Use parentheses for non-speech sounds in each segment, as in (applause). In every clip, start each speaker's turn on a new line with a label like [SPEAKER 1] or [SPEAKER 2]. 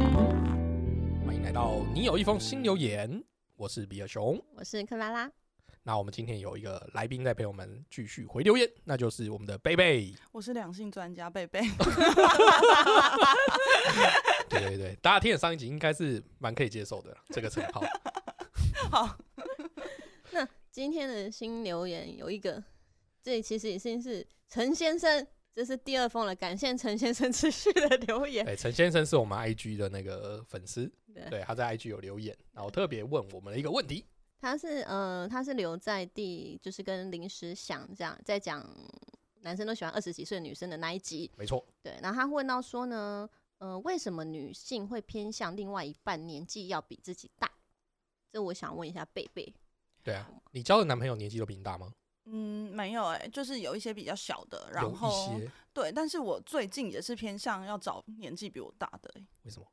[SPEAKER 1] 欢迎来到你有一封新留言，我是比尔熊。
[SPEAKER 2] 我是克拉拉，
[SPEAKER 1] 那我们今天有一个来宾在陪我们继续回留言，那就是我们的贝贝。
[SPEAKER 3] 我是两性专家贝贝， (laughs)
[SPEAKER 1] 对对对，大家听了上一集应该是蛮可以接受的
[SPEAKER 3] (laughs)
[SPEAKER 1] 这个称号。
[SPEAKER 3] 好，
[SPEAKER 2] 今天的新留言有一个，这里其实已经是陈先生，这是第二封了，感谢陈先生持续的留言。
[SPEAKER 1] 对，陈先生是我们 IG 的那个粉丝，
[SPEAKER 2] 对
[SPEAKER 1] 对，他在 IG 有留言，然后特别问我们的一个问题。
[SPEAKER 2] 他是呃，他是留在第，就是跟临时想这样，在讲男生都喜欢二十几岁的女生的那一集。
[SPEAKER 1] 没错，
[SPEAKER 2] 对，然后他问到说呢，呃，为什么女性会偏向另外一半年纪要比自己大？这我想问一下贝贝。
[SPEAKER 1] 对啊，你交的男朋友年纪都比你大吗？
[SPEAKER 3] 嗯，没有哎、就是有一些比较小的，
[SPEAKER 1] 有
[SPEAKER 3] 然后
[SPEAKER 1] 一些，
[SPEAKER 3] 对，但是我最近也是偏向要找年纪比我大的欸、
[SPEAKER 1] 为什么？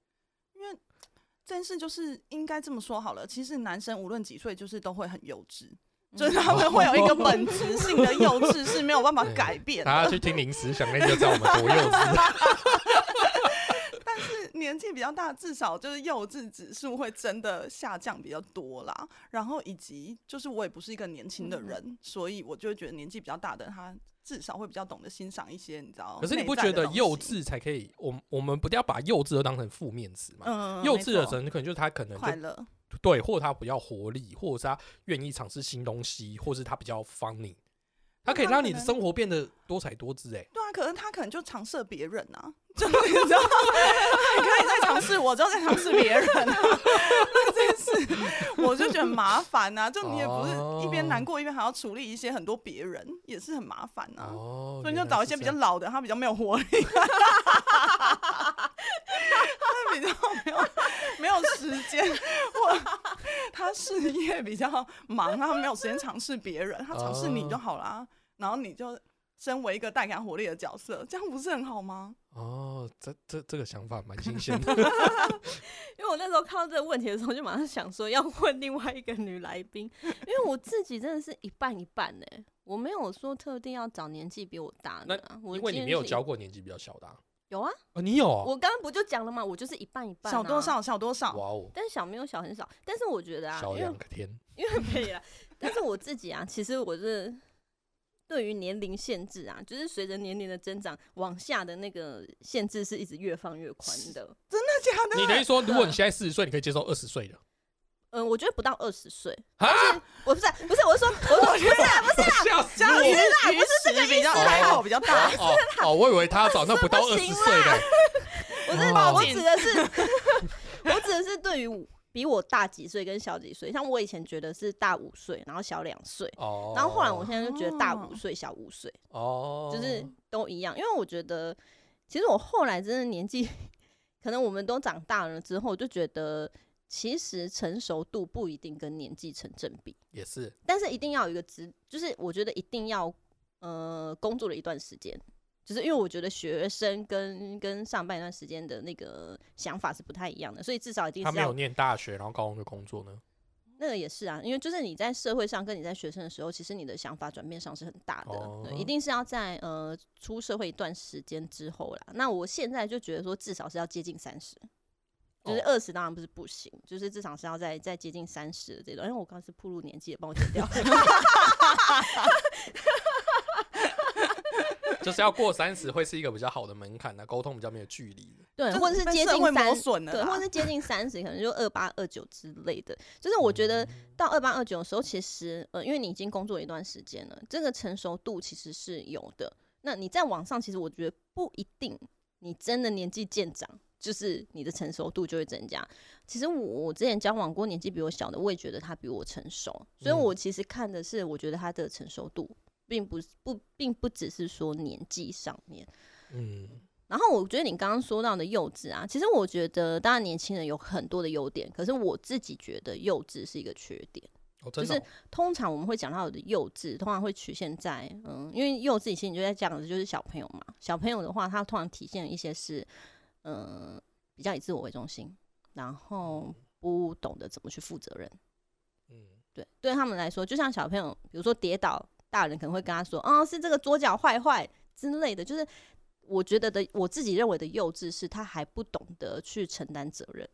[SPEAKER 3] 这件事就是应该这么说好了，其实男生无论几岁，就是都会很幼稚。
[SPEAKER 2] 嗯
[SPEAKER 3] 就是
[SPEAKER 1] 嗯
[SPEAKER 3] 他们会有
[SPEAKER 1] (laughs)
[SPEAKER 3] 一个本质性的幼稚是没有办法改变
[SPEAKER 1] 大家
[SPEAKER 3] 的，
[SPEAKER 1] 去听零食想那就知道我们多幼
[SPEAKER 3] (laughs)
[SPEAKER 1] 稚。
[SPEAKER 3] 年纪比较大，至少就是幼稚指数会真的下降比较多啦。然后以及就是我也不是一个年轻的人，所以我就会觉得年纪比较大的他至少会比较懂得欣赏一些，你知道？
[SPEAKER 1] 可是你不
[SPEAKER 3] 内
[SPEAKER 1] 觉
[SPEAKER 3] 在的
[SPEAKER 1] 得
[SPEAKER 3] 东
[SPEAKER 1] 幼
[SPEAKER 3] 西？
[SPEAKER 1] 稚才可以？我们我们不要把幼稚都当成负面词嘛？
[SPEAKER 3] 嗯，
[SPEAKER 1] 幼
[SPEAKER 3] 没
[SPEAKER 1] 稚的
[SPEAKER 3] 错
[SPEAKER 1] 人可能就是他可能
[SPEAKER 3] 快
[SPEAKER 1] 就
[SPEAKER 3] 乐，
[SPEAKER 1] 对，或者他比较活力，或者是他愿意尝试新东西，或是他比较 funny，他可以
[SPEAKER 3] 那他
[SPEAKER 1] 让
[SPEAKER 3] 可
[SPEAKER 1] 你的
[SPEAKER 3] 能
[SPEAKER 1] 生活变得多彩多姿。哎，
[SPEAKER 3] 对啊，可能他可能就尝试别人啊，就是你知道吗，他可以再尝试我，之后再尝试别人啊，真是，我就觉得很麻烦啊，就你也不是一
[SPEAKER 1] 哦
[SPEAKER 3] 边难过一边还要处理一些很多别人，也是很麻烦啊。
[SPEAKER 1] 哦，
[SPEAKER 3] 所以
[SPEAKER 1] 原
[SPEAKER 3] 就
[SPEAKER 1] 来
[SPEAKER 3] 找一
[SPEAKER 1] 是
[SPEAKER 3] 些
[SPEAKER 1] 这
[SPEAKER 3] 比较
[SPEAKER 1] 样
[SPEAKER 3] 老的，他比较没有活力， (laughs) 他比较没有没有时间，或他事业比较忙，他没有时间尝试别人，他尝试
[SPEAKER 1] 哦
[SPEAKER 3] 你就好啦。然后你就身为一个带给他活力的角色，这样不是很好吗？
[SPEAKER 1] 哦，这这这个想法蛮新鲜的。
[SPEAKER 2] 因为我那时候看到这个问题的时候，就马上想说要问另外一个女来宾，因为我自己真的是一半一半呢、我没有说特定要找年纪比我大的、啊，我
[SPEAKER 1] 因为你
[SPEAKER 2] 今天
[SPEAKER 1] 没有
[SPEAKER 2] 是一
[SPEAKER 1] 教过年纪比较小的啊，
[SPEAKER 2] 有啊，
[SPEAKER 1] 哦你有哦
[SPEAKER 2] 我刚刚不就讲了吗？我就是一半一半、啊
[SPEAKER 3] 小多？少，小多少，
[SPEAKER 1] 哇哦，
[SPEAKER 2] 但小没有小很少，但是我觉得啊，
[SPEAKER 1] 小
[SPEAKER 2] 因为
[SPEAKER 1] 两个天，
[SPEAKER 2] 因为可以了，但是我自己啊，其实我是对于年龄限制啊，就是随着年龄的增长往下的那个限制是一直越放越宽的。
[SPEAKER 3] 真的假
[SPEAKER 1] 你
[SPEAKER 3] 的？
[SPEAKER 1] 等于说，如果你现在四十岁，你可以接受二十岁的
[SPEAKER 2] 嗯，我觉得不到二十岁，
[SPEAKER 1] 啊？
[SPEAKER 2] 我不是不是，我是说，我是说不是啊不是啊，
[SPEAKER 1] 吓死
[SPEAKER 3] 这样
[SPEAKER 1] 我！
[SPEAKER 3] 鱼鱼食比较
[SPEAKER 1] 思
[SPEAKER 3] 开口比较大，
[SPEAKER 1] 哦哦，我以为他找那不到
[SPEAKER 2] 不
[SPEAKER 1] 二十
[SPEAKER 2] 行
[SPEAKER 1] 岁的，
[SPEAKER 2] 我是
[SPEAKER 1] 哦
[SPEAKER 2] 我指的是， (laughs) 我指的是对于比我大几岁跟小几岁，像我以前觉得是大五岁，然后小两岁，
[SPEAKER 1] 哦，
[SPEAKER 2] 然后后来我现在就觉得大
[SPEAKER 3] 哦
[SPEAKER 2] 五岁、小五岁
[SPEAKER 1] 哦，
[SPEAKER 2] 就是都一样，因为我觉得其实我后来真的年纪，可能我们都长大了之后，就觉得其实成熟度不一定跟年纪成正比，
[SPEAKER 1] 也是
[SPEAKER 2] 但是一定要有一个职，就是我觉得一定要呃工作了一段时间，就是因为我觉得学生跟跟上班一段时间的那个想法是不太一样的，所以至少一定
[SPEAKER 1] 他
[SPEAKER 2] 是
[SPEAKER 1] 没有
[SPEAKER 2] 要
[SPEAKER 1] 念大学，然后高中就工作呢。
[SPEAKER 2] 那个也是啊，因为就是你在社会上跟你在学生的时候，其实你的想法转变上是很大的，
[SPEAKER 1] 哦
[SPEAKER 2] 对，一定是要在呃出社会一段时间之后啦。那我现在就觉得说，至少是要接近三十。就是
[SPEAKER 1] 哦
[SPEAKER 2] 二十当然不是不行，就是至少是要在在接近三十的这段，因为我刚刚是铺路年纪，也帮我剪掉。 (laughs)
[SPEAKER 1] 就是要过三十会是一个比较好的门槛那沟通比较没有距离。
[SPEAKER 2] 对，
[SPEAKER 3] 就
[SPEAKER 2] 或者是
[SPEAKER 3] 被
[SPEAKER 2] 接
[SPEAKER 3] 社
[SPEAKER 2] 近
[SPEAKER 3] 会磨
[SPEAKER 2] 三
[SPEAKER 3] 损了
[SPEAKER 2] 对，
[SPEAKER 3] 啦，
[SPEAKER 2] 或者是接近三十，可能就二八二九之类的。就是我觉
[SPEAKER 3] 嗯
[SPEAKER 2] 得到二八二九的时候，其实呃，因为你已经工作一段时间了，这个成熟度其实是有的。那你在网上，其实我觉得不一定，你真的年纪渐长，就是你的成熟度就会增加。其实我我之前交往过年纪比我小的，我也觉得他比我成熟，所以
[SPEAKER 1] 嗯
[SPEAKER 2] 我其实看的是，我觉得他的成熟度。并不是不，并不只是说年纪上面，
[SPEAKER 1] 嗯，
[SPEAKER 2] 然后我觉得你刚刚说到的幼稚啊，其实我觉得，当然年轻人有很多的优点，可是我自己觉得幼稚是一个缺点。
[SPEAKER 1] 哦，真的哦、
[SPEAKER 2] 通常我们会讲到的幼稚，通常会曲线在嗯，因为幼稚其实你就在讲的就是小朋友嘛。小朋友的话，他通常体现的一些是嗯、呃比较以自我为中心，然后不懂得怎么去负责任。
[SPEAKER 1] 嗯，
[SPEAKER 2] 对，对他们来说，就像小朋友，比如说跌倒，大人可能会跟他说，啊、是这个桌脚坏坏之类的，就是我觉得的，我自己认为的幼稚是他还不懂得去承担责任，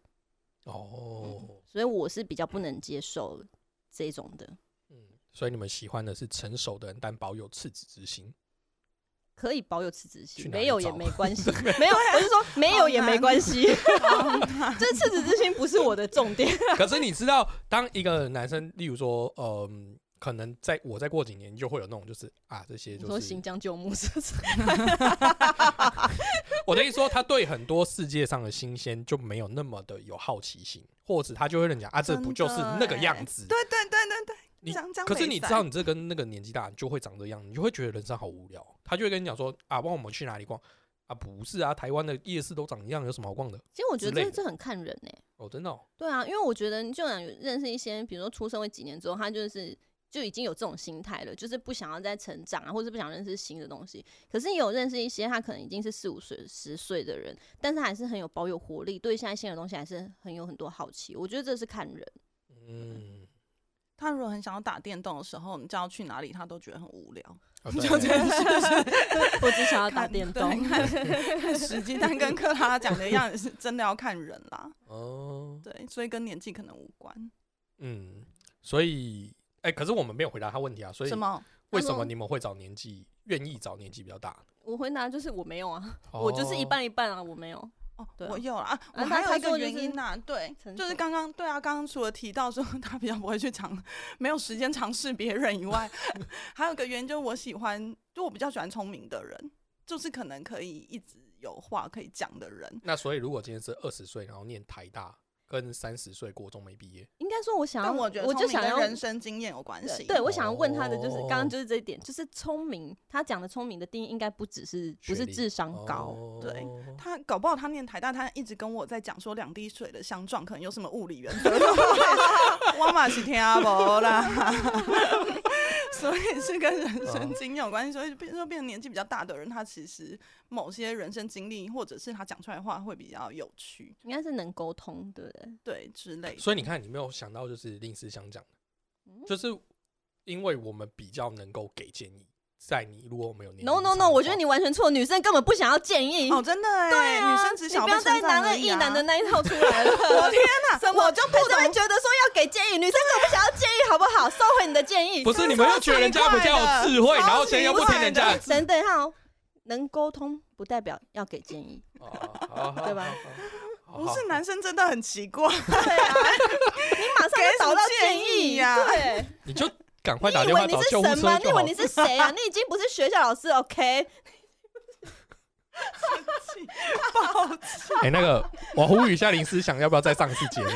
[SPEAKER 1] 哦，
[SPEAKER 2] 所以我是比较不能接受这种的。
[SPEAKER 1] 嗯，所以你们喜欢的是成熟的人，但保有赤子之心。 (laughs)
[SPEAKER 2] 可以保有赤子
[SPEAKER 1] 去
[SPEAKER 2] 心，
[SPEAKER 1] 哪里
[SPEAKER 2] 没有
[SPEAKER 1] 找
[SPEAKER 2] 也没
[SPEAKER 1] (laughs)
[SPEAKER 2] 关系，没有，我是说没有也没关系，这赤子之心不是我的重点。
[SPEAKER 1] 可是你知道，当一个男生，例如说，嗯、可能在我再过几年就会有那种，就是啊，这些
[SPEAKER 2] 你
[SPEAKER 1] 就
[SPEAKER 2] 说
[SPEAKER 1] 是
[SPEAKER 2] 新疆旧木是不是？
[SPEAKER 1] 我的意思说，他对很多世界上的新鲜就没有那么的有好奇心，或者他就会认为啊，这不就是那个样子？
[SPEAKER 3] 对对对对对，
[SPEAKER 1] 你
[SPEAKER 3] 讲讲
[SPEAKER 1] 可是
[SPEAKER 3] 美
[SPEAKER 1] 你知
[SPEAKER 3] 赛
[SPEAKER 1] 道，你这跟那个年纪大，你就会长这样，你就会觉得人生好无聊。他就会跟你讲说啊，帮我们去哪里逛啊？不是啊，台湾的夜市都长一样，有什么好逛的？
[SPEAKER 2] 其实我觉
[SPEAKER 1] 之类
[SPEAKER 2] 得
[SPEAKER 1] 的
[SPEAKER 2] 这这很看人呢、欸
[SPEAKER 1] 哦，真的、哦，
[SPEAKER 2] 对啊，因为我觉得你就想认识一些，比如说出社会几年之后，他就是就已经有这种心态了，就是不想要再成长啊，或者是不想认识新的东西。可是也有认识一些他可能已经是四五岁、十岁的人，但是还是很有保有活力，对现在新的东西还是很有很多好奇。我觉得这是看
[SPEAKER 3] (laughs)
[SPEAKER 2] 人。
[SPEAKER 1] 嗯，
[SPEAKER 3] 他如果很想要打电动的时候，你叫他去哪里，他都觉得很无聊。
[SPEAKER 1] 哦
[SPEAKER 3] (laughs) 就
[SPEAKER 1] 对
[SPEAKER 3] 这件事，
[SPEAKER 2] 我只想要打
[SPEAKER 3] 看
[SPEAKER 2] 电
[SPEAKER 3] 对
[SPEAKER 2] 动。
[SPEAKER 3] 看看时机，但跟克拉讲的一样，是真的要看人啦。
[SPEAKER 1] 哦，
[SPEAKER 3] 对，所以跟年纪可能无关。
[SPEAKER 1] 嗯，所以，哎、可是我们没有回答他问题啊，所以
[SPEAKER 3] 什么？
[SPEAKER 1] 为什么你们会找年纪，愿意找年纪比较大的？
[SPEAKER 2] 我回答就是我没有啊，我就是一
[SPEAKER 1] 哦
[SPEAKER 2] 半一半啊，我没有。
[SPEAKER 3] 哦，
[SPEAKER 2] 对啊
[SPEAKER 3] 我有了啊，我
[SPEAKER 2] 啊他
[SPEAKER 3] 还有一
[SPEAKER 2] 他
[SPEAKER 3] 个
[SPEAKER 2] 说就
[SPEAKER 3] 原
[SPEAKER 2] 是
[SPEAKER 3] 因呐、对，
[SPEAKER 2] 成
[SPEAKER 3] 就是
[SPEAKER 2] 熟
[SPEAKER 3] 刚刚对啊，刚刚除了提到说他比较不会去尝，没有时间尝试别人以外， (laughs) 还有一个原因就是我喜欢，就我比较喜欢聪明的人，就是可能可以一直有话可以讲的人。
[SPEAKER 1] 那所以，如果今天是二十岁，然后念台大，跟三十岁国中没毕业，
[SPEAKER 2] 应该说，我想要，
[SPEAKER 3] 但我觉得
[SPEAKER 2] 啊我就
[SPEAKER 3] 聪
[SPEAKER 2] 想
[SPEAKER 3] 明跟
[SPEAKER 2] 要
[SPEAKER 3] 人生经验有关系。
[SPEAKER 2] 对，对我想要问他的就是刚
[SPEAKER 1] 哦
[SPEAKER 2] 刚就是这一点，就是聪明。他讲的聪明的定义应该不只是不
[SPEAKER 1] 学
[SPEAKER 2] 是
[SPEAKER 1] 历
[SPEAKER 2] 智商高，
[SPEAKER 1] 哦
[SPEAKER 3] 对他搞不好他念台大，他一直跟我在讲说两滴水的相撞可能有什么物理原
[SPEAKER 2] (laughs)
[SPEAKER 3] 则， (laughs) 我嘛是听无啦。所以是跟人
[SPEAKER 2] 哦
[SPEAKER 3] 生经验有关系，所以变说变成年纪比较大的人，他其实某些人生经历或者是他讲出来的话会比较有趣，
[SPEAKER 2] 应该是能沟通，对不对？
[SPEAKER 3] 对之类的。
[SPEAKER 1] 所以你看，你没有想到就是临时想讲
[SPEAKER 2] 嗯
[SPEAKER 1] 的，就是因为我们比较能够给建议，在你如果没有年
[SPEAKER 2] No
[SPEAKER 1] 龄
[SPEAKER 2] No
[SPEAKER 1] 差
[SPEAKER 2] No，
[SPEAKER 1] 的
[SPEAKER 2] 我觉得
[SPEAKER 1] 话
[SPEAKER 2] 你完全错，女生根本不想要建议。
[SPEAKER 3] 哦，真的哎、
[SPEAKER 2] 对啊，
[SPEAKER 3] 女生只
[SPEAKER 2] 你
[SPEAKER 3] 想
[SPEAKER 2] 不
[SPEAKER 3] 被
[SPEAKER 2] 要再
[SPEAKER 3] 称
[SPEAKER 2] 拿
[SPEAKER 3] 赞
[SPEAKER 2] 了
[SPEAKER 3] 而已
[SPEAKER 2] 一
[SPEAKER 3] 啊
[SPEAKER 2] 男的。那一套出来了。
[SPEAKER 3] (laughs) 我天哪！
[SPEAKER 2] 什么
[SPEAKER 3] 我就不
[SPEAKER 2] 可是会
[SPEAKER 3] 懂
[SPEAKER 2] 觉得说要给建议，女生根本不想要建议，好不好？收回你的建议。
[SPEAKER 1] 不是你们又觉得人家比较有智慧，然后
[SPEAKER 3] 超级
[SPEAKER 1] 现在又不听人家的
[SPEAKER 3] 快
[SPEAKER 1] 指，
[SPEAKER 2] 等等一下哦，能沟通不代表要给建议。
[SPEAKER 1] 对
[SPEAKER 2] 对吧？ (laughs)
[SPEAKER 1] 好好好好
[SPEAKER 3] 不是男生真的很奇怪， (laughs)
[SPEAKER 2] 对啊，你马上就找到建
[SPEAKER 3] 给什么建
[SPEAKER 2] 议
[SPEAKER 3] 议啊呀
[SPEAKER 2] 对，
[SPEAKER 1] 你就赶快
[SPEAKER 2] 你
[SPEAKER 1] 打
[SPEAKER 2] 以
[SPEAKER 1] 电话
[SPEAKER 2] 为你
[SPEAKER 1] 找
[SPEAKER 2] 是
[SPEAKER 1] 救护
[SPEAKER 2] 什
[SPEAKER 1] 车
[SPEAKER 2] 么？你
[SPEAKER 1] 就
[SPEAKER 2] 以
[SPEAKER 1] 好
[SPEAKER 2] 为。你是谁
[SPEAKER 3] (laughs)
[SPEAKER 2] 啊？你已经不是学校老师，OK？
[SPEAKER 1] 哎，那个，我呼吁一下林思想，要不要再上一次节目？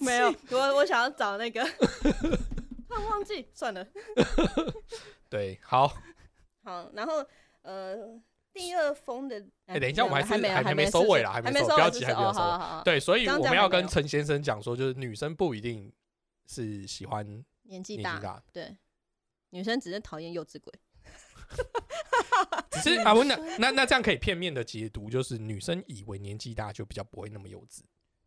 [SPEAKER 1] (laughs)
[SPEAKER 2] 没有， (laughs) 我我想要找那个，突然忘记，算了。
[SPEAKER 1] 对，好，
[SPEAKER 2] 好，然后呃，第二封的，
[SPEAKER 1] 哎等一下我们还是
[SPEAKER 2] 还没有
[SPEAKER 1] 还还没
[SPEAKER 2] 没
[SPEAKER 1] 收尾啦
[SPEAKER 2] 了，
[SPEAKER 1] 还
[SPEAKER 2] 还
[SPEAKER 1] 没收
[SPEAKER 2] 收尾，
[SPEAKER 1] 不要
[SPEAKER 2] 是
[SPEAKER 1] 急
[SPEAKER 2] 是
[SPEAKER 1] 还不要
[SPEAKER 2] 哦
[SPEAKER 1] 收尾
[SPEAKER 2] 好好好，
[SPEAKER 1] 对，所以
[SPEAKER 2] 刚
[SPEAKER 1] 我们
[SPEAKER 2] 讲还
[SPEAKER 1] 要
[SPEAKER 2] 没
[SPEAKER 1] 跟
[SPEAKER 2] 有
[SPEAKER 1] 陈先生讲说，就是女生不一定是喜欢年
[SPEAKER 2] 年纪
[SPEAKER 1] 纪
[SPEAKER 2] 大，
[SPEAKER 1] 大，
[SPEAKER 2] 对，女生只是讨厌幼稚鬼。
[SPEAKER 1] 只是啊，我那那那这样可以片面的解读，就是女生以为年纪大就比较不会那么幼稚，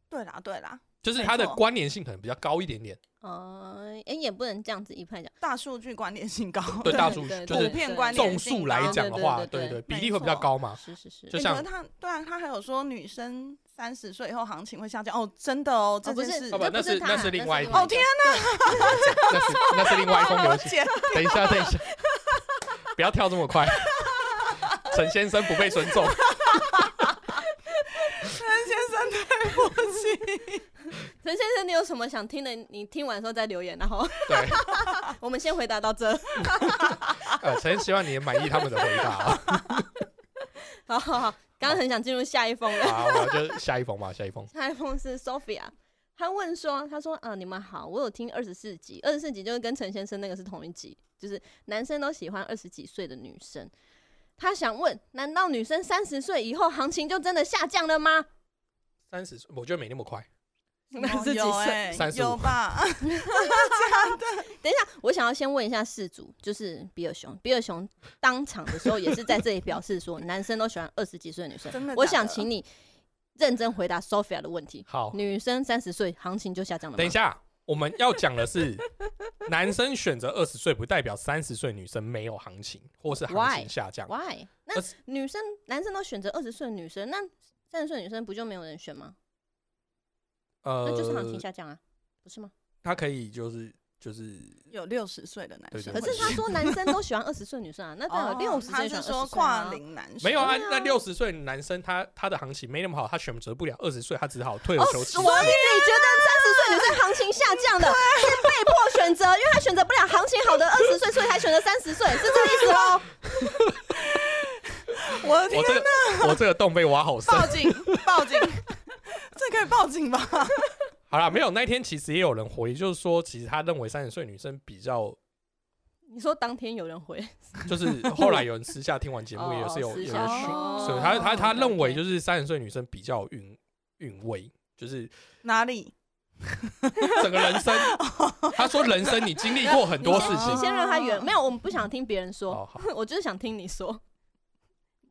[SPEAKER 3] 对啦对啦，
[SPEAKER 1] 就是
[SPEAKER 3] 没
[SPEAKER 1] 她的
[SPEAKER 3] 错
[SPEAKER 1] 关联性可能比较高一点点。
[SPEAKER 3] 哦
[SPEAKER 2] 呃，哎，也不能这样子一派讲，
[SPEAKER 3] 大数据关联性高， (laughs)
[SPEAKER 1] 对大数
[SPEAKER 2] 对
[SPEAKER 1] 就
[SPEAKER 2] 对
[SPEAKER 1] 是
[SPEAKER 3] 普遍
[SPEAKER 2] 对
[SPEAKER 3] 观点
[SPEAKER 1] 总数来讲的话，对
[SPEAKER 2] 对对对
[SPEAKER 1] 对，
[SPEAKER 2] 对
[SPEAKER 1] 比
[SPEAKER 3] 没
[SPEAKER 1] 例会比较
[SPEAKER 3] 错
[SPEAKER 1] 高嘛。 (laughs)
[SPEAKER 2] 是是是，
[SPEAKER 1] 就
[SPEAKER 3] 欸
[SPEAKER 1] 像
[SPEAKER 3] 可是他对啊，他还有说女生三十岁以后行情会下降哦，真的哦，这
[SPEAKER 2] 哦不
[SPEAKER 3] 件
[SPEAKER 2] 是，
[SPEAKER 3] 事
[SPEAKER 1] 啊不
[SPEAKER 2] 这
[SPEAKER 1] 那
[SPEAKER 2] 不
[SPEAKER 1] 是
[SPEAKER 2] 他
[SPEAKER 1] 那
[SPEAKER 2] 那
[SPEAKER 1] 是另外一
[SPEAKER 2] 个
[SPEAKER 1] 题
[SPEAKER 3] 哦天
[SPEAKER 1] 那是那是另外一封
[SPEAKER 3] 哦我
[SPEAKER 1] 游戏。
[SPEAKER 3] 姐
[SPEAKER 1] 等一下，等一下， (laughs) 不要跳这么快。 (laughs) 陈先生不被尊重，
[SPEAKER 3] 先生对不
[SPEAKER 1] (laughs)
[SPEAKER 3] 起，
[SPEAKER 2] 陈先生，你有什么想听的？你听完之后再留言，
[SPEAKER 3] (laughs)
[SPEAKER 2] 然后
[SPEAKER 1] 对，
[SPEAKER 2] 我们先回答到这。
[SPEAKER 1] 呃，陈希望你也满意他们的回答啊。
[SPEAKER 2] 好好好，刚刚很想进入下一封了。
[SPEAKER 1] 好，我就下一封吧，下一封。
[SPEAKER 2] 下一封是 Sophia，她问说：“她说啊、你们好，我有听二十四集，二十四集就是跟陈先生那个是同一集，就是男生都喜欢二十几岁的女生。她想问，难道女生三十岁以后行情就真的下降了吗？ (laughs)
[SPEAKER 1] 三十岁，我觉得没那么快。
[SPEAKER 2] 那是几
[SPEAKER 3] 有
[SPEAKER 2] 岁？
[SPEAKER 3] 哎
[SPEAKER 1] 35
[SPEAKER 3] 有吧？
[SPEAKER 2] 等一下，我想要先问一下事主，就是比尔熊，比尔熊当场的时候也是在这里表示说，男生都喜欢二十几岁的女生。
[SPEAKER 3] 真的假的，
[SPEAKER 2] 我想请你认真回答 Sophia 的问题：
[SPEAKER 1] 好，
[SPEAKER 2] 女生三十岁行情就下降了吗？
[SPEAKER 1] 等一下，我们要讲的是， (laughs) 男生选择二十岁，不代表三十岁女生没有行情，或是行
[SPEAKER 2] Why？
[SPEAKER 1] 情下降。
[SPEAKER 2] Why？那
[SPEAKER 1] 而是
[SPEAKER 2] 女生、男生都选择二十岁的女生，那三十岁的女生不就没有人选吗？
[SPEAKER 1] 呃
[SPEAKER 2] 那就是行情下降啊，不是吗？
[SPEAKER 1] 他可以就是就是
[SPEAKER 3] 有六十岁的男
[SPEAKER 1] 对
[SPEAKER 3] 生
[SPEAKER 1] 对
[SPEAKER 3] 会
[SPEAKER 2] 可
[SPEAKER 3] 去，
[SPEAKER 1] 对
[SPEAKER 2] 是他说男生都喜欢二十岁的女
[SPEAKER 3] (laughs)
[SPEAKER 2] 生啊，那当然有
[SPEAKER 3] 哦
[SPEAKER 2] 六十
[SPEAKER 3] 他
[SPEAKER 2] 岁喜
[SPEAKER 3] 是
[SPEAKER 2] 欢
[SPEAKER 3] 说
[SPEAKER 2] 20岁
[SPEAKER 3] 跨
[SPEAKER 2] 啊。
[SPEAKER 3] 龄男生
[SPEAKER 1] 没有啊
[SPEAKER 2] 对啊，
[SPEAKER 1] 那六十岁男生他他的行情没那么好，他选择不了二十岁，他只好退而
[SPEAKER 2] 哦，
[SPEAKER 1] 求
[SPEAKER 2] 所以你
[SPEAKER 1] 其
[SPEAKER 2] 觉
[SPEAKER 1] 次。
[SPEAKER 2] 得三十岁女生行情下降
[SPEAKER 3] (laughs)
[SPEAKER 2] 的是被迫选择，因为她选择不了行情好的二十岁，所以才选择三十岁， (laughs)
[SPEAKER 3] (laughs)
[SPEAKER 2] 是这哦个意思喽？
[SPEAKER 3] 我的天
[SPEAKER 1] 我这个我这个洞被挖好深。
[SPEAKER 3] 报警报警，这可以报警吧？
[SPEAKER 1] 好啦，没有那一天其实也有人回，就是说其实他认为三十岁女生比较，
[SPEAKER 2] 你说当天有人回，
[SPEAKER 1] 就是后来有人私下听完节目也是有
[SPEAKER 2] (laughs) 哦
[SPEAKER 1] 有
[SPEAKER 2] 私
[SPEAKER 1] 人
[SPEAKER 2] 下
[SPEAKER 3] 啊
[SPEAKER 1] 选，
[SPEAKER 2] 哦
[SPEAKER 1] 所以他他他
[SPEAKER 2] OK，OK
[SPEAKER 1] 认为就是三十岁女生比较有韵韵味，就是
[SPEAKER 3] 哪里？
[SPEAKER 1] (laughs) 整个人生，他说人生你经历过很多事
[SPEAKER 2] 你
[SPEAKER 1] 情。
[SPEAKER 2] 先让他
[SPEAKER 3] 哦
[SPEAKER 2] 圆，没有，我们不想听别人说，
[SPEAKER 1] 哦，好，
[SPEAKER 2] (laughs) 我就是想听你说，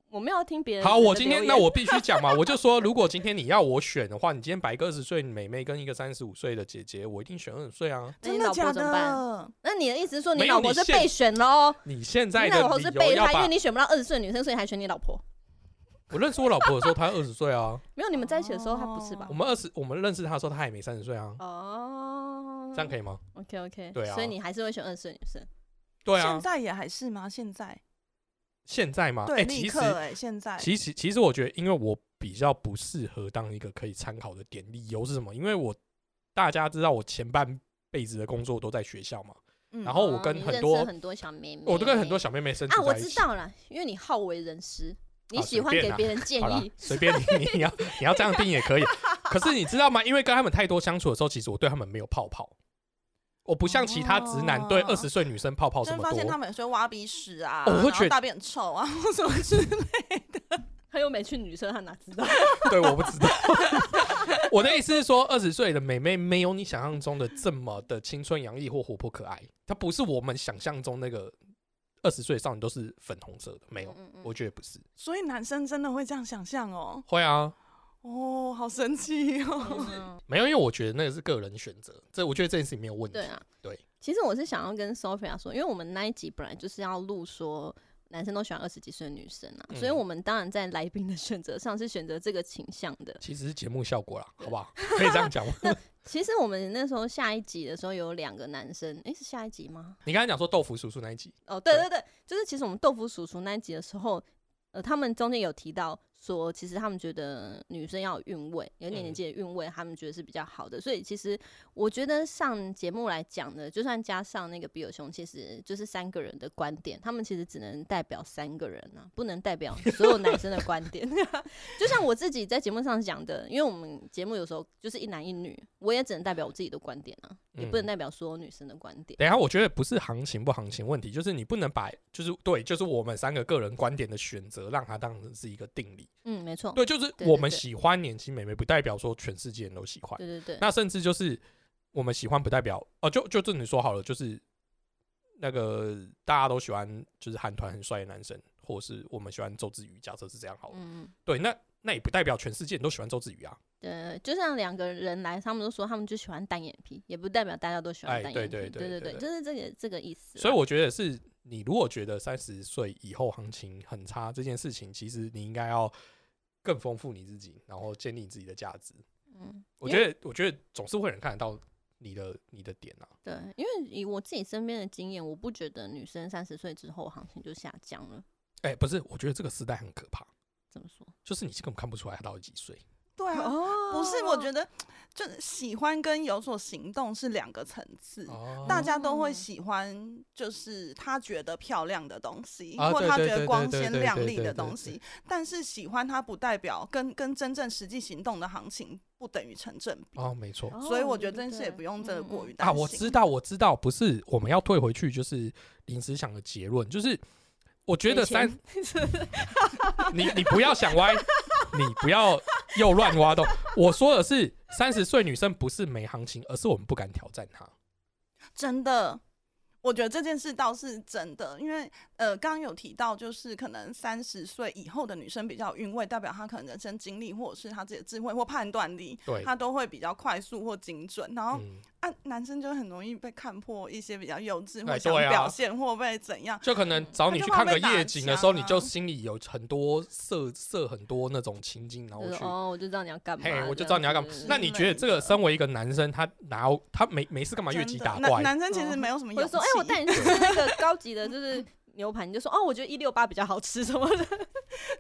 [SPEAKER 2] 我没有要听别人的留
[SPEAKER 1] 好，
[SPEAKER 2] 言。
[SPEAKER 1] 我今天那我必须讲嘛，我就说，如果今天你要我选的话，你今天摆一个二十岁妹妹跟一个三十五岁的姐姐，我一定选二十岁啊。
[SPEAKER 2] 那
[SPEAKER 3] 真
[SPEAKER 2] 你
[SPEAKER 3] 的
[SPEAKER 2] 老
[SPEAKER 3] 假
[SPEAKER 2] 婆怎么办？
[SPEAKER 3] 的？
[SPEAKER 2] 那你的意思是说你
[SPEAKER 1] 没有
[SPEAKER 2] 老婆是
[SPEAKER 1] 你现
[SPEAKER 2] 被选了哦？
[SPEAKER 1] 你现在
[SPEAKER 2] 你
[SPEAKER 1] 的
[SPEAKER 2] 老婆是
[SPEAKER 1] 理由
[SPEAKER 2] 被
[SPEAKER 1] 要
[SPEAKER 2] 她，因
[SPEAKER 1] 把
[SPEAKER 2] 为你选不到二十岁的女生，所以还选你老婆。
[SPEAKER 1] 我认识我老婆的时候，她二十岁
[SPEAKER 3] (laughs)
[SPEAKER 1] 啊。
[SPEAKER 2] 没有，你们在一起的时候她不是
[SPEAKER 3] 哦
[SPEAKER 2] 吧
[SPEAKER 1] 我？们二十，我们认识她的时候，她还没三十岁啊。
[SPEAKER 2] 哦，
[SPEAKER 1] 这样可以吗？
[SPEAKER 2] OK OK，
[SPEAKER 1] 对啊
[SPEAKER 2] 所以你还是会选二十岁的女生。
[SPEAKER 1] 对啊
[SPEAKER 3] 现，在也还是吗？现在
[SPEAKER 1] 现在嘛，
[SPEAKER 3] 对，
[SPEAKER 1] 哎，其
[SPEAKER 3] 立
[SPEAKER 1] 实
[SPEAKER 3] 刻哎，现在
[SPEAKER 1] 其实其实我觉得，因为我比较不适合当一个可以参考的点，理由是什么？因为我大家知道我前半辈子的工作都在学校嘛，
[SPEAKER 3] 嗯
[SPEAKER 1] 然后我跟
[SPEAKER 2] 哦你
[SPEAKER 1] 很
[SPEAKER 2] 认识
[SPEAKER 1] 多
[SPEAKER 2] 很多小妹妹，
[SPEAKER 1] 我都跟很多小妹妹身处
[SPEAKER 2] 啊，我
[SPEAKER 1] 在一
[SPEAKER 2] 知
[SPEAKER 1] 起。
[SPEAKER 2] 道了，因为你好为人师，你
[SPEAKER 1] 啊
[SPEAKER 2] 喜欢
[SPEAKER 1] 随便
[SPEAKER 2] 给
[SPEAKER 1] 啊
[SPEAKER 2] 别人建
[SPEAKER 1] 好啦
[SPEAKER 2] 议，，
[SPEAKER 1] 随便你，你要 (laughs) 你要这样定也可以。可是你知道吗？因为跟他们太多相处的时候，其实我对他们没有泡泡。我不像其他直男对
[SPEAKER 3] 哦
[SPEAKER 1] 二十岁女生泡泡
[SPEAKER 3] 就
[SPEAKER 1] 这
[SPEAKER 3] 是
[SPEAKER 1] 么
[SPEAKER 3] 发现他
[SPEAKER 1] 多。
[SPEAKER 3] 们有时候挖鼻屎啊，
[SPEAKER 1] 哦我会
[SPEAKER 3] 然
[SPEAKER 1] 觉
[SPEAKER 3] 后
[SPEAKER 1] 得
[SPEAKER 3] 大便很臭啊， (laughs) 或什么之类的。
[SPEAKER 2] 他又没去女生，他哪知道？
[SPEAKER 1] (laughs) 对，我不知道。我的意思是说，二十岁的美妹没有你想象中的这么的青春洋溢或活泼可爱。她不是我们想象中那个二十岁的少女都是粉红色的，没有，
[SPEAKER 2] 嗯嗯嗯
[SPEAKER 1] 我觉得不是。
[SPEAKER 3] 所以男生真的会这样想象哦，
[SPEAKER 1] 会啊，
[SPEAKER 3] 哦，好神奇哦。
[SPEAKER 2] 嗯
[SPEAKER 1] 没有，因为我觉得那个是个人选择，这我觉得这件事情没有问题
[SPEAKER 2] 对。啊，
[SPEAKER 1] 对。
[SPEAKER 2] 其实我是想要跟 Sophia 说，因为我们那一集本来就是要录说。男生都喜欢二十几岁的女生啊，
[SPEAKER 1] 嗯
[SPEAKER 2] 所以我们当然在来宾的选择上是选择这个倾向的。
[SPEAKER 1] 其实是节目效果啦，好不
[SPEAKER 2] (laughs)
[SPEAKER 1] 好？可以这样讲吗。 (laughs)
[SPEAKER 2] 其实我们那时候下一集的时候有两个男生，诶、是下一集吗？
[SPEAKER 1] 你刚才讲说豆腐叔叔那一集，
[SPEAKER 2] 哦，对
[SPEAKER 1] 对
[SPEAKER 2] 对对，就是其实我们豆腐叔叔那一集的时候，呃，他们中间有提到说，其实他们觉得女生要有韵味，有一点年
[SPEAKER 1] 嗯
[SPEAKER 2] 纪的韵味，他们觉得是比较好的。所以其实我觉得上节目来讲呢，就算加上那个比尔熊，其实就是三个人的观点，他们其实只能代表三个人啊，不能
[SPEAKER 1] (laughs)
[SPEAKER 2] 代表所有男生的观点。 (laughs) 就像我自己在节目上讲的，因为我们节目有时候就是一男一女，我也只能代表我自己的观点啊，也不能
[SPEAKER 1] 嗯
[SPEAKER 2] 代表所有女生的观点。
[SPEAKER 1] 等一下，我觉得不是行情不行情问题，就是你不能把，就是对，就是我们三个个人观点的选择，让它当成是一个定理。
[SPEAKER 2] 嗯，没错。
[SPEAKER 1] 对，就是
[SPEAKER 2] 对
[SPEAKER 1] 我
[SPEAKER 2] 对
[SPEAKER 1] 们
[SPEAKER 2] 对
[SPEAKER 1] 喜欢年轻美眉，不代表说全世界人都喜欢。
[SPEAKER 2] 对对对，
[SPEAKER 1] 那甚至就是我们喜欢，不代表哦、就就这你说好了，就是那个大家都喜欢，就是韩团很帅的男生，或是我们喜欢周子瑜，假设是这样好了。
[SPEAKER 2] 嗯。
[SPEAKER 1] 对，那那也不代表全世界人都喜欢周子瑜啊。
[SPEAKER 2] 对，就像两个人来，他们都说他们就喜欢单眼皮，也不代表大家都喜欢
[SPEAKER 1] 哎
[SPEAKER 2] 单眼皮。
[SPEAKER 1] 对对
[SPEAKER 2] 对
[SPEAKER 1] 对对
[SPEAKER 2] 对
[SPEAKER 1] 对
[SPEAKER 2] 就是这个这个意思啦。
[SPEAKER 1] 所以我觉得是你如果觉得三十岁以后行情很差这件事情，其实你应该要更丰富你自己，然后建立你自己的价值。
[SPEAKER 2] 嗯，
[SPEAKER 1] 我
[SPEAKER 2] 因
[SPEAKER 1] 觉得，我觉得总是会有人看得到你的你的点啊。
[SPEAKER 2] 对，因为以我自己身边的经验，我不觉得女生三十岁之后行情就下降了。
[SPEAKER 1] 哎、不是，我觉得这个时代很可怕，
[SPEAKER 2] 怎么说？
[SPEAKER 1] 就是你根本看不出来他到底几岁。
[SPEAKER 3] 对啊，
[SPEAKER 2] 哦
[SPEAKER 3] (laughs) 不是，我觉得就是喜欢跟有所行动是两个层次。
[SPEAKER 1] 哦
[SPEAKER 3] 嗯大家都会喜欢，就是他觉得漂亮的东西，
[SPEAKER 1] 啊
[SPEAKER 3] 或
[SPEAKER 1] 对
[SPEAKER 3] 他
[SPEAKER 1] 对
[SPEAKER 3] 觉得
[SPEAKER 1] 对
[SPEAKER 3] 光
[SPEAKER 1] 对
[SPEAKER 3] 鲜
[SPEAKER 1] 对
[SPEAKER 3] 亮
[SPEAKER 1] 对
[SPEAKER 3] 丽
[SPEAKER 1] 对
[SPEAKER 3] 的
[SPEAKER 1] 对
[SPEAKER 3] 东
[SPEAKER 1] 对
[SPEAKER 3] 西。但是喜欢它不代表跟跟真正实际行动的行情不等于成正比，
[SPEAKER 1] 哦，没错。
[SPEAKER 3] 所以我觉得这件事也不用真
[SPEAKER 2] 这
[SPEAKER 3] 的
[SPEAKER 2] 个
[SPEAKER 3] 过于担
[SPEAKER 1] 啊，
[SPEAKER 3] 心。
[SPEAKER 1] 我知道，我知道，不是我们要退回去，就是临时想的结论，就是我觉得三，你你不要想歪，你不要又乱挖洞。我说的是，三十岁女生不是没行情，而是我们不敢挑战她。
[SPEAKER 3] 真的，我觉得这件事倒是真的，因为呃，刚刚有提到，就是可能三十岁以后的女生比较有韵味，代表她可能人生经历或者是她自己的智慧或判断力，
[SPEAKER 1] 对，
[SPEAKER 3] 她都会比较快速或精准。然后、
[SPEAKER 1] 嗯，
[SPEAKER 3] 啊，男生就很容易被看破一些比较幼稚
[SPEAKER 1] 哎
[SPEAKER 3] 或想
[SPEAKER 1] 对啊
[SPEAKER 3] 表现或被怎样。
[SPEAKER 1] 就可能找你去
[SPEAKER 3] 他嗯就
[SPEAKER 1] 看
[SPEAKER 3] 怕
[SPEAKER 1] 个
[SPEAKER 3] 被打
[SPEAKER 1] 夜景的时候，
[SPEAKER 3] 枪
[SPEAKER 1] 你
[SPEAKER 3] 啊
[SPEAKER 1] 就心里有很多设设很多那种情境，然后
[SPEAKER 2] 就
[SPEAKER 1] 去
[SPEAKER 2] 是哦，我就知道你要干嘛，
[SPEAKER 1] 嘿，我就
[SPEAKER 2] 这样
[SPEAKER 1] 知道你要干嘛
[SPEAKER 2] 子。
[SPEAKER 1] 那你觉得这个身为一个男生，他哪有他没没事干嘛越
[SPEAKER 3] 真
[SPEAKER 1] 级
[SPEAKER 3] 的
[SPEAKER 1] 打
[SPEAKER 3] 男
[SPEAKER 1] 怪？
[SPEAKER 3] 男生其实没有什么
[SPEAKER 2] 我
[SPEAKER 3] 勇
[SPEAKER 2] 就
[SPEAKER 3] 气。
[SPEAKER 2] 说，哎、我
[SPEAKER 3] (laughs)
[SPEAKER 2] 带你去吃那个高级的，就是牛排，你就说，哦，我觉得一六八比较好吃什么的。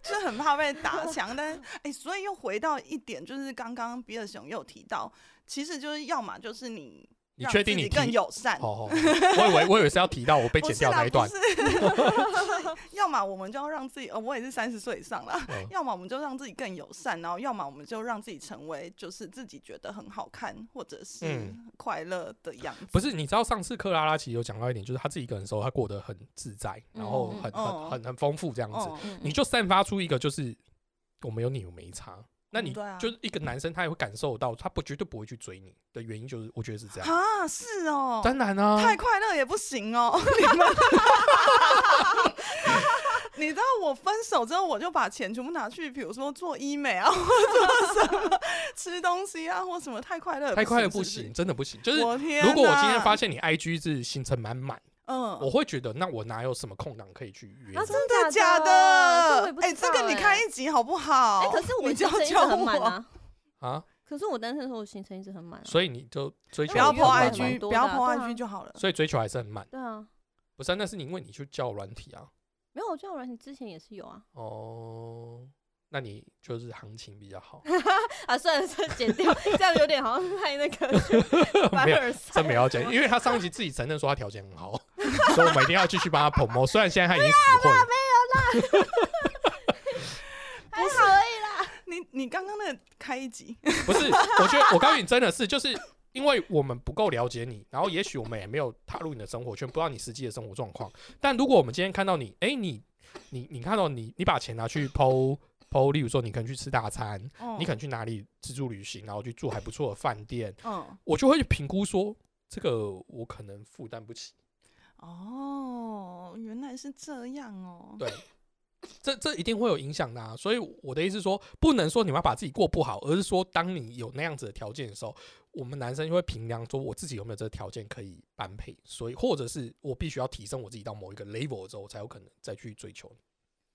[SPEAKER 3] 就是很怕被打
[SPEAKER 2] (laughs)
[SPEAKER 3] 墙，但是哎、所以又回到一点，就是刚刚比尔熊也有提到，其实就是要么就是你
[SPEAKER 1] 你
[SPEAKER 3] 让
[SPEAKER 1] 确定
[SPEAKER 3] 自
[SPEAKER 1] 你
[SPEAKER 3] 己更
[SPEAKER 1] 提？
[SPEAKER 3] 友善，
[SPEAKER 1] 哦哦，我以为我以为是要提到我被
[SPEAKER 3] 不
[SPEAKER 1] 剪
[SPEAKER 3] 是
[SPEAKER 1] 掉
[SPEAKER 3] 啦
[SPEAKER 1] 那一段
[SPEAKER 3] 不。是 (laughs) 就是要么我们就要让自己，呃，我也是三十岁以上啦，
[SPEAKER 1] 嗯
[SPEAKER 3] 要么我们就让自己更友善，然后要么我们就让自己成为就是自己觉得很好看或者是
[SPEAKER 1] 嗯
[SPEAKER 3] 快乐的样子。
[SPEAKER 1] 不是，你知道上次克拉拉其实有讲到一点，就是她自己一个人的时候，她过得很自在，然后
[SPEAKER 2] 嗯
[SPEAKER 1] 很很
[SPEAKER 3] 哦
[SPEAKER 1] 很很丰富这样子。
[SPEAKER 3] 哦，
[SPEAKER 1] 你就散发出一个就是我没有你我没差。那你
[SPEAKER 3] 嗯对啊
[SPEAKER 1] 就是一个男生，他也会感受到，他不绝对不会去追你的原因，就是我觉得是这
[SPEAKER 3] (laughs)
[SPEAKER 1] 样。
[SPEAKER 3] 啊，是哦，
[SPEAKER 1] 当然啊，
[SPEAKER 3] 太快乐也不
[SPEAKER 1] (laughs)
[SPEAKER 3] 行哦， (laughs) 你们。你知道我分手之后，我就把钱全部拿去，比如说做医美啊，或 (laughs) 做什么吃东西啊，或什么太快乐也不行，
[SPEAKER 1] 太快了不
[SPEAKER 3] 不是
[SPEAKER 1] 行，。真的不行。就是
[SPEAKER 3] 我天！啊
[SPEAKER 1] 如果我今天发，现你 IG 是行程满满，
[SPEAKER 3] 嗯，
[SPEAKER 1] 我会觉得那我哪有什么空档可以去约你？
[SPEAKER 2] 啊，真
[SPEAKER 3] 真的假
[SPEAKER 2] 的？
[SPEAKER 3] 哎，这个你
[SPEAKER 2] 看
[SPEAKER 3] 看，一集好不好？
[SPEAKER 2] 哎、可是我
[SPEAKER 3] 你就
[SPEAKER 2] 行
[SPEAKER 3] 要
[SPEAKER 2] 程一直
[SPEAKER 3] 教
[SPEAKER 2] 很满
[SPEAKER 3] 我，
[SPEAKER 2] 啊。
[SPEAKER 1] 啊，
[SPEAKER 2] 可是我单身的时候，我行程一直很满、啊。
[SPEAKER 1] 所以你就追求
[SPEAKER 3] 嗯不要
[SPEAKER 1] 很
[SPEAKER 3] po
[SPEAKER 1] 慢
[SPEAKER 3] IG，
[SPEAKER 1] 吗
[SPEAKER 3] 不要
[SPEAKER 2] 蛮多
[SPEAKER 3] po
[SPEAKER 2] 的啊对啊
[SPEAKER 3] IG 就好了。
[SPEAKER 1] 所以追求还是很慢。
[SPEAKER 2] 对啊，
[SPEAKER 1] 不是啊，那是因为你去教软体啊。
[SPEAKER 2] 没有，我交友软件之前也是有啊。
[SPEAKER 1] 哦，那你就是行情比较好，
[SPEAKER 2] 啊，算了，算了，剪 (laughs) 掉，这样有点好像太那 (laughs) 个凡
[SPEAKER 1] 没有
[SPEAKER 2] 尔赛。
[SPEAKER 1] 真没有讲，因为他上一集自己承认说他条件很好， (laughs) 所以我们一定要继续帮他捧哦摸。虽然现在他已经死会了，
[SPEAKER 2] 还好而已啦。
[SPEAKER 3] (laughs) 你你刚刚那个开一集，
[SPEAKER 1] 不是？我觉得我告诉你，真的是就是。因为我们不够了解你，然后也许我们也没有踏入你的生活圈，不知道你实际的生活状况。但如果我们今天看到你，哎、你你你看到你，你把钱拿去剖剖，例如说你可能去吃大餐，
[SPEAKER 3] 嗯
[SPEAKER 1] (laughs) 你可能去哪里自助旅行，然后去住还不错的饭店，
[SPEAKER 3] 嗯
[SPEAKER 1] 我就会去评估说，这个我可能负担不起。
[SPEAKER 3] 哦，原来是这样哦。
[SPEAKER 1] 对，这这一定会有影响的、啊。所以我的意思是说，不能说你们要把自己过不好，而是说，当你有那样子的条件的时候，我们男生就会衡量说，我自己有没有这个条件可以般配，所以或者是我必须要提升我自己到某一个 level 之后，我才有可能再去追求你。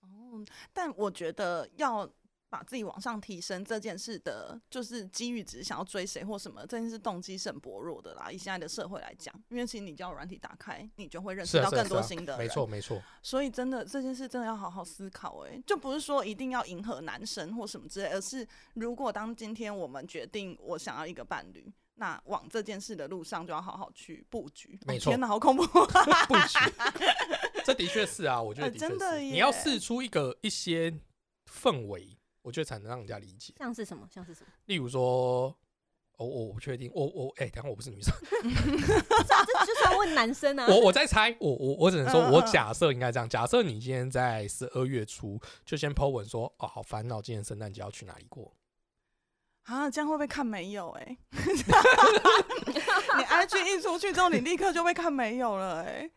[SPEAKER 3] 哦，但我觉得要把自己往上提升这件事的，就是基于只是想要追谁或什么，这件事动机是很薄弱的啦。以现在的社会来讲，因为其实你交友软体打开，你就会认
[SPEAKER 1] 是
[SPEAKER 3] 识
[SPEAKER 1] 啊
[SPEAKER 3] 到
[SPEAKER 1] 是啊
[SPEAKER 3] 更多
[SPEAKER 1] 是啊
[SPEAKER 3] 新的人，
[SPEAKER 1] 没错，没错， (laughs)
[SPEAKER 3] 所以真的这件事真的要好好思考、欸，就不是说一定要迎合男生或什么之类，而是如果当今天我们决定我想要一个伴侣，那往这件事的路上就要好好去布局。
[SPEAKER 1] 没
[SPEAKER 3] 哦
[SPEAKER 1] 错
[SPEAKER 3] 天哪，好恐怖！
[SPEAKER 1] 不行，这的确是啊，我觉得
[SPEAKER 3] 呃
[SPEAKER 1] 的确
[SPEAKER 3] 真
[SPEAKER 1] 是，
[SPEAKER 3] 的
[SPEAKER 1] 你要
[SPEAKER 3] 耶
[SPEAKER 1] 试出一个一些氛围，我觉得才能让人家理解。
[SPEAKER 2] (laughs) 像是什么？像是什么？
[SPEAKER 1] 例如说，哦，我我不确定，我我哎、等一下我不是女生，
[SPEAKER 2] 这就是要问男
[SPEAKER 3] (laughs)
[SPEAKER 2] 生啊。
[SPEAKER 1] 我我在猜，我我我只能说，
[SPEAKER 3] 嗯嗯
[SPEAKER 1] 我
[SPEAKER 3] 嗯
[SPEAKER 1] 假设应该这样，假设你今天在十二月初就先 po 文说，哦，好烦恼，今年圣诞节要去哪里过？
[SPEAKER 3] (laughs) 啊，这样会被看没有哎、 (laughs) 你 IG 一出去之后，你立刻就被看没有了哎、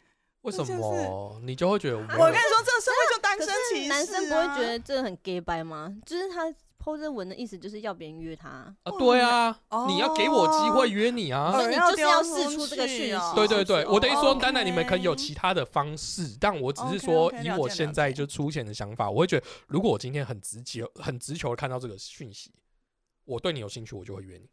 [SPEAKER 1] 为什
[SPEAKER 3] 就是
[SPEAKER 1] 么你就会觉得我没
[SPEAKER 3] 我跟
[SPEAKER 1] 有
[SPEAKER 3] 你？说，这社会就单
[SPEAKER 2] 啊可
[SPEAKER 3] 身歧
[SPEAKER 2] 是
[SPEAKER 3] 视、啊，
[SPEAKER 2] 男生不会觉得这很 gay 白吗？就是他 po 这文的意思，就是要别人约他。
[SPEAKER 1] 啊，对啊，你要给我机会约你啊
[SPEAKER 3] 哦。
[SPEAKER 2] 所以你就是要试出这个讯息
[SPEAKER 1] 对对对，
[SPEAKER 2] 哦
[SPEAKER 1] 我的意思说，
[SPEAKER 3] OK
[SPEAKER 1] 当然你们可以有其他的方式，但我只是
[SPEAKER 3] OK，OK，
[SPEAKER 1] 说，
[SPEAKER 3] 了
[SPEAKER 1] 以
[SPEAKER 3] 解
[SPEAKER 1] 我
[SPEAKER 3] 了
[SPEAKER 1] 现在
[SPEAKER 3] 解
[SPEAKER 1] 就出现的想法，我会觉得，如果我今天很直接、很直球的看到这个讯息，我对你有兴趣，我就会约你。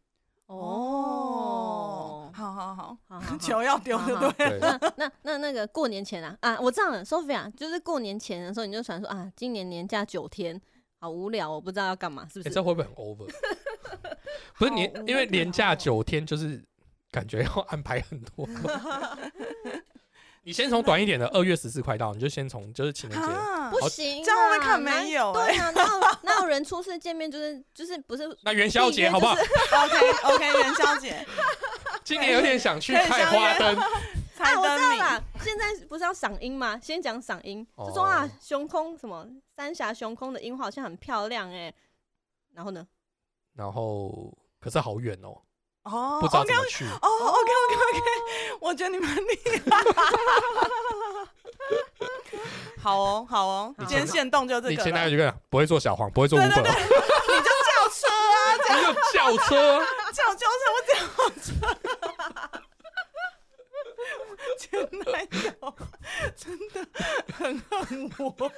[SPEAKER 3] 哦
[SPEAKER 2] 哦，，
[SPEAKER 3] 好好 (laughs) 好，
[SPEAKER 2] 好好 (laughs) 好
[SPEAKER 3] 球要丢就对了。 (laughs)
[SPEAKER 1] 对，
[SPEAKER 2] 那那那那个过年前啊啊，我知道了，Sophia，就是过年前的时候你就传说啊，今年年假九天，好无聊，哦我不知道要干嘛，是不
[SPEAKER 1] 欸、
[SPEAKER 2] 是
[SPEAKER 1] 这？会不会很
[SPEAKER 3] (laughs)
[SPEAKER 1] over？不是
[SPEAKER 3] 好
[SPEAKER 1] 你，
[SPEAKER 3] 无
[SPEAKER 1] 因为连假
[SPEAKER 3] 聊
[SPEAKER 1] 九天，就是感觉要安排很多。
[SPEAKER 3] (laughs)
[SPEAKER 1] 你先从短一点的二月十四快到，你就先从就是情人节。
[SPEAKER 3] 啊
[SPEAKER 2] 不行啦，
[SPEAKER 3] 这样会不会看没有哎
[SPEAKER 2] 哪对啊，哪有哪有人初次见面就是就是不
[SPEAKER 3] (laughs)
[SPEAKER 2] 是
[SPEAKER 1] 那元宵节好不好？
[SPEAKER 3] OK OK，元啊宵节
[SPEAKER 1] 今年有点想去
[SPEAKER 3] (laughs) 可以
[SPEAKER 1] 看
[SPEAKER 3] 相
[SPEAKER 1] 花
[SPEAKER 3] 约
[SPEAKER 1] 灯，
[SPEAKER 3] 猜
[SPEAKER 2] 啊，我知道
[SPEAKER 3] 灯谜，
[SPEAKER 2] 啦，现在不是要赏樱吗？先讲赏樱，
[SPEAKER 1] 哦
[SPEAKER 2] 就说啊，雄空什么三峡雄空的樱花好像很漂亮哎、然后呢？
[SPEAKER 1] 然后可是好远哦，
[SPEAKER 3] 哦
[SPEAKER 1] 不知道
[SPEAKER 3] OK，
[SPEAKER 1] 怎么去。
[SPEAKER 3] 哦，OK OK OK，我觉得你们厉害，好哦，好哦，
[SPEAKER 2] 你
[SPEAKER 3] 今
[SPEAKER 2] 前
[SPEAKER 3] 天限动就这
[SPEAKER 1] 你
[SPEAKER 3] 个
[SPEAKER 1] 前男友
[SPEAKER 3] 了。
[SPEAKER 1] 就跟你讲不会做小黄，不会做 Uber，
[SPEAKER 3] 对对
[SPEAKER 1] 你
[SPEAKER 3] 你就叫车啊，
[SPEAKER 1] 就叫车啊，
[SPEAKER 3] 叫叫车，
[SPEAKER 1] (laughs)
[SPEAKER 3] 我叫车。前男友真的很恨我，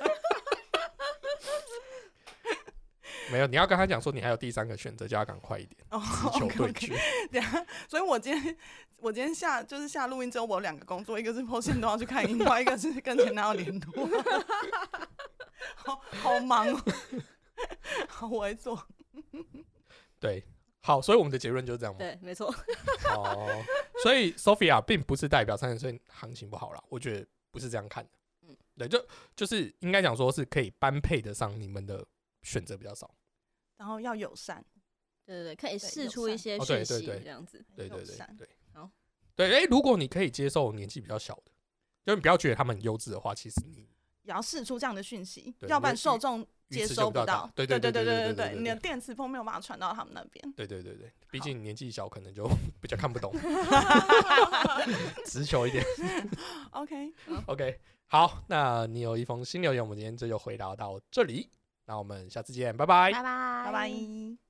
[SPEAKER 1] 没有，你要跟他讲说你还有第三个选择，叫他赶快一点，
[SPEAKER 3] 哦
[SPEAKER 1] 直球对决。
[SPEAKER 3] 等一下， (laughs) 所以我今天我今天下就是下录音之后，我有两个工作，一个是 p o 线都要去看樱花，一个是跟前男友联络， (laughs) 好好忙哦。 (laughs) 好，我会做。
[SPEAKER 1] 对，好，所以我们的结论就是这样嘛。
[SPEAKER 2] 对，没
[SPEAKER 3] (laughs)
[SPEAKER 2] 错，
[SPEAKER 1] 哦， (laughs) 所以 Sophia 并不是代表三十岁行情不好啦，我觉得不是这样看的。嗯
[SPEAKER 2] 嗯，
[SPEAKER 1] 对，就就是应该讲说是可以般配得上你们的选择比较少。
[SPEAKER 3] 然后要友善，
[SPEAKER 2] 对对对，可以试
[SPEAKER 3] 友
[SPEAKER 2] 出一
[SPEAKER 3] 善
[SPEAKER 2] 些
[SPEAKER 1] 哦对
[SPEAKER 2] 讯
[SPEAKER 1] 对
[SPEAKER 2] 息
[SPEAKER 1] 对
[SPEAKER 2] 这样子。
[SPEAKER 1] 对对
[SPEAKER 3] 友
[SPEAKER 1] 对
[SPEAKER 3] 善
[SPEAKER 1] 对，
[SPEAKER 2] 好，
[SPEAKER 1] 对，哎、如果你可以接受年纪比较小的，就你不要觉得他们很幼稚的话，其实你
[SPEAKER 3] 也要试出这样的讯息，
[SPEAKER 1] 对
[SPEAKER 3] 要
[SPEAKER 1] 因
[SPEAKER 3] 不
[SPEAKER 1] 为
[SPEAKER 3] 然受众
[SPEAKER 1] 鱼
[SPEAKER 3] 接
[SPEAKER 1] 吃
[SPEAKER 3] 收
[SPEAKER 1] 不到
[SPEAKER 3] 到
[SPEAKER 1] 大。对
[SPEAKER 3] 对
[SPEAKER 1] 对
[SPEAKER 3] 对
[SPEAKER 1] 对对对
[SPEAKER 3] 对
[SPEAKER 1] 对
[SPEAKER 3] 你的
[SPEAKER 1] 对
[SPEAKER 3] 电磁波没有办法传到他们那
[SPEAKER 1] (laughs)
[SPEAKER 3] 边。
[SPEAKER 1] 对对对对，毕竟年纪小可能就 (laughs) 比较看不懂，直球一点。
[SPEAKER 3] OK，
[SPEAKER 1] OK，好，那你有一哎封新留言，我们今天这就回答到这里，那我们下次见，拜拜。
[SPEAKER 2] 拜拜
[SPEAKER 3] 拜拜。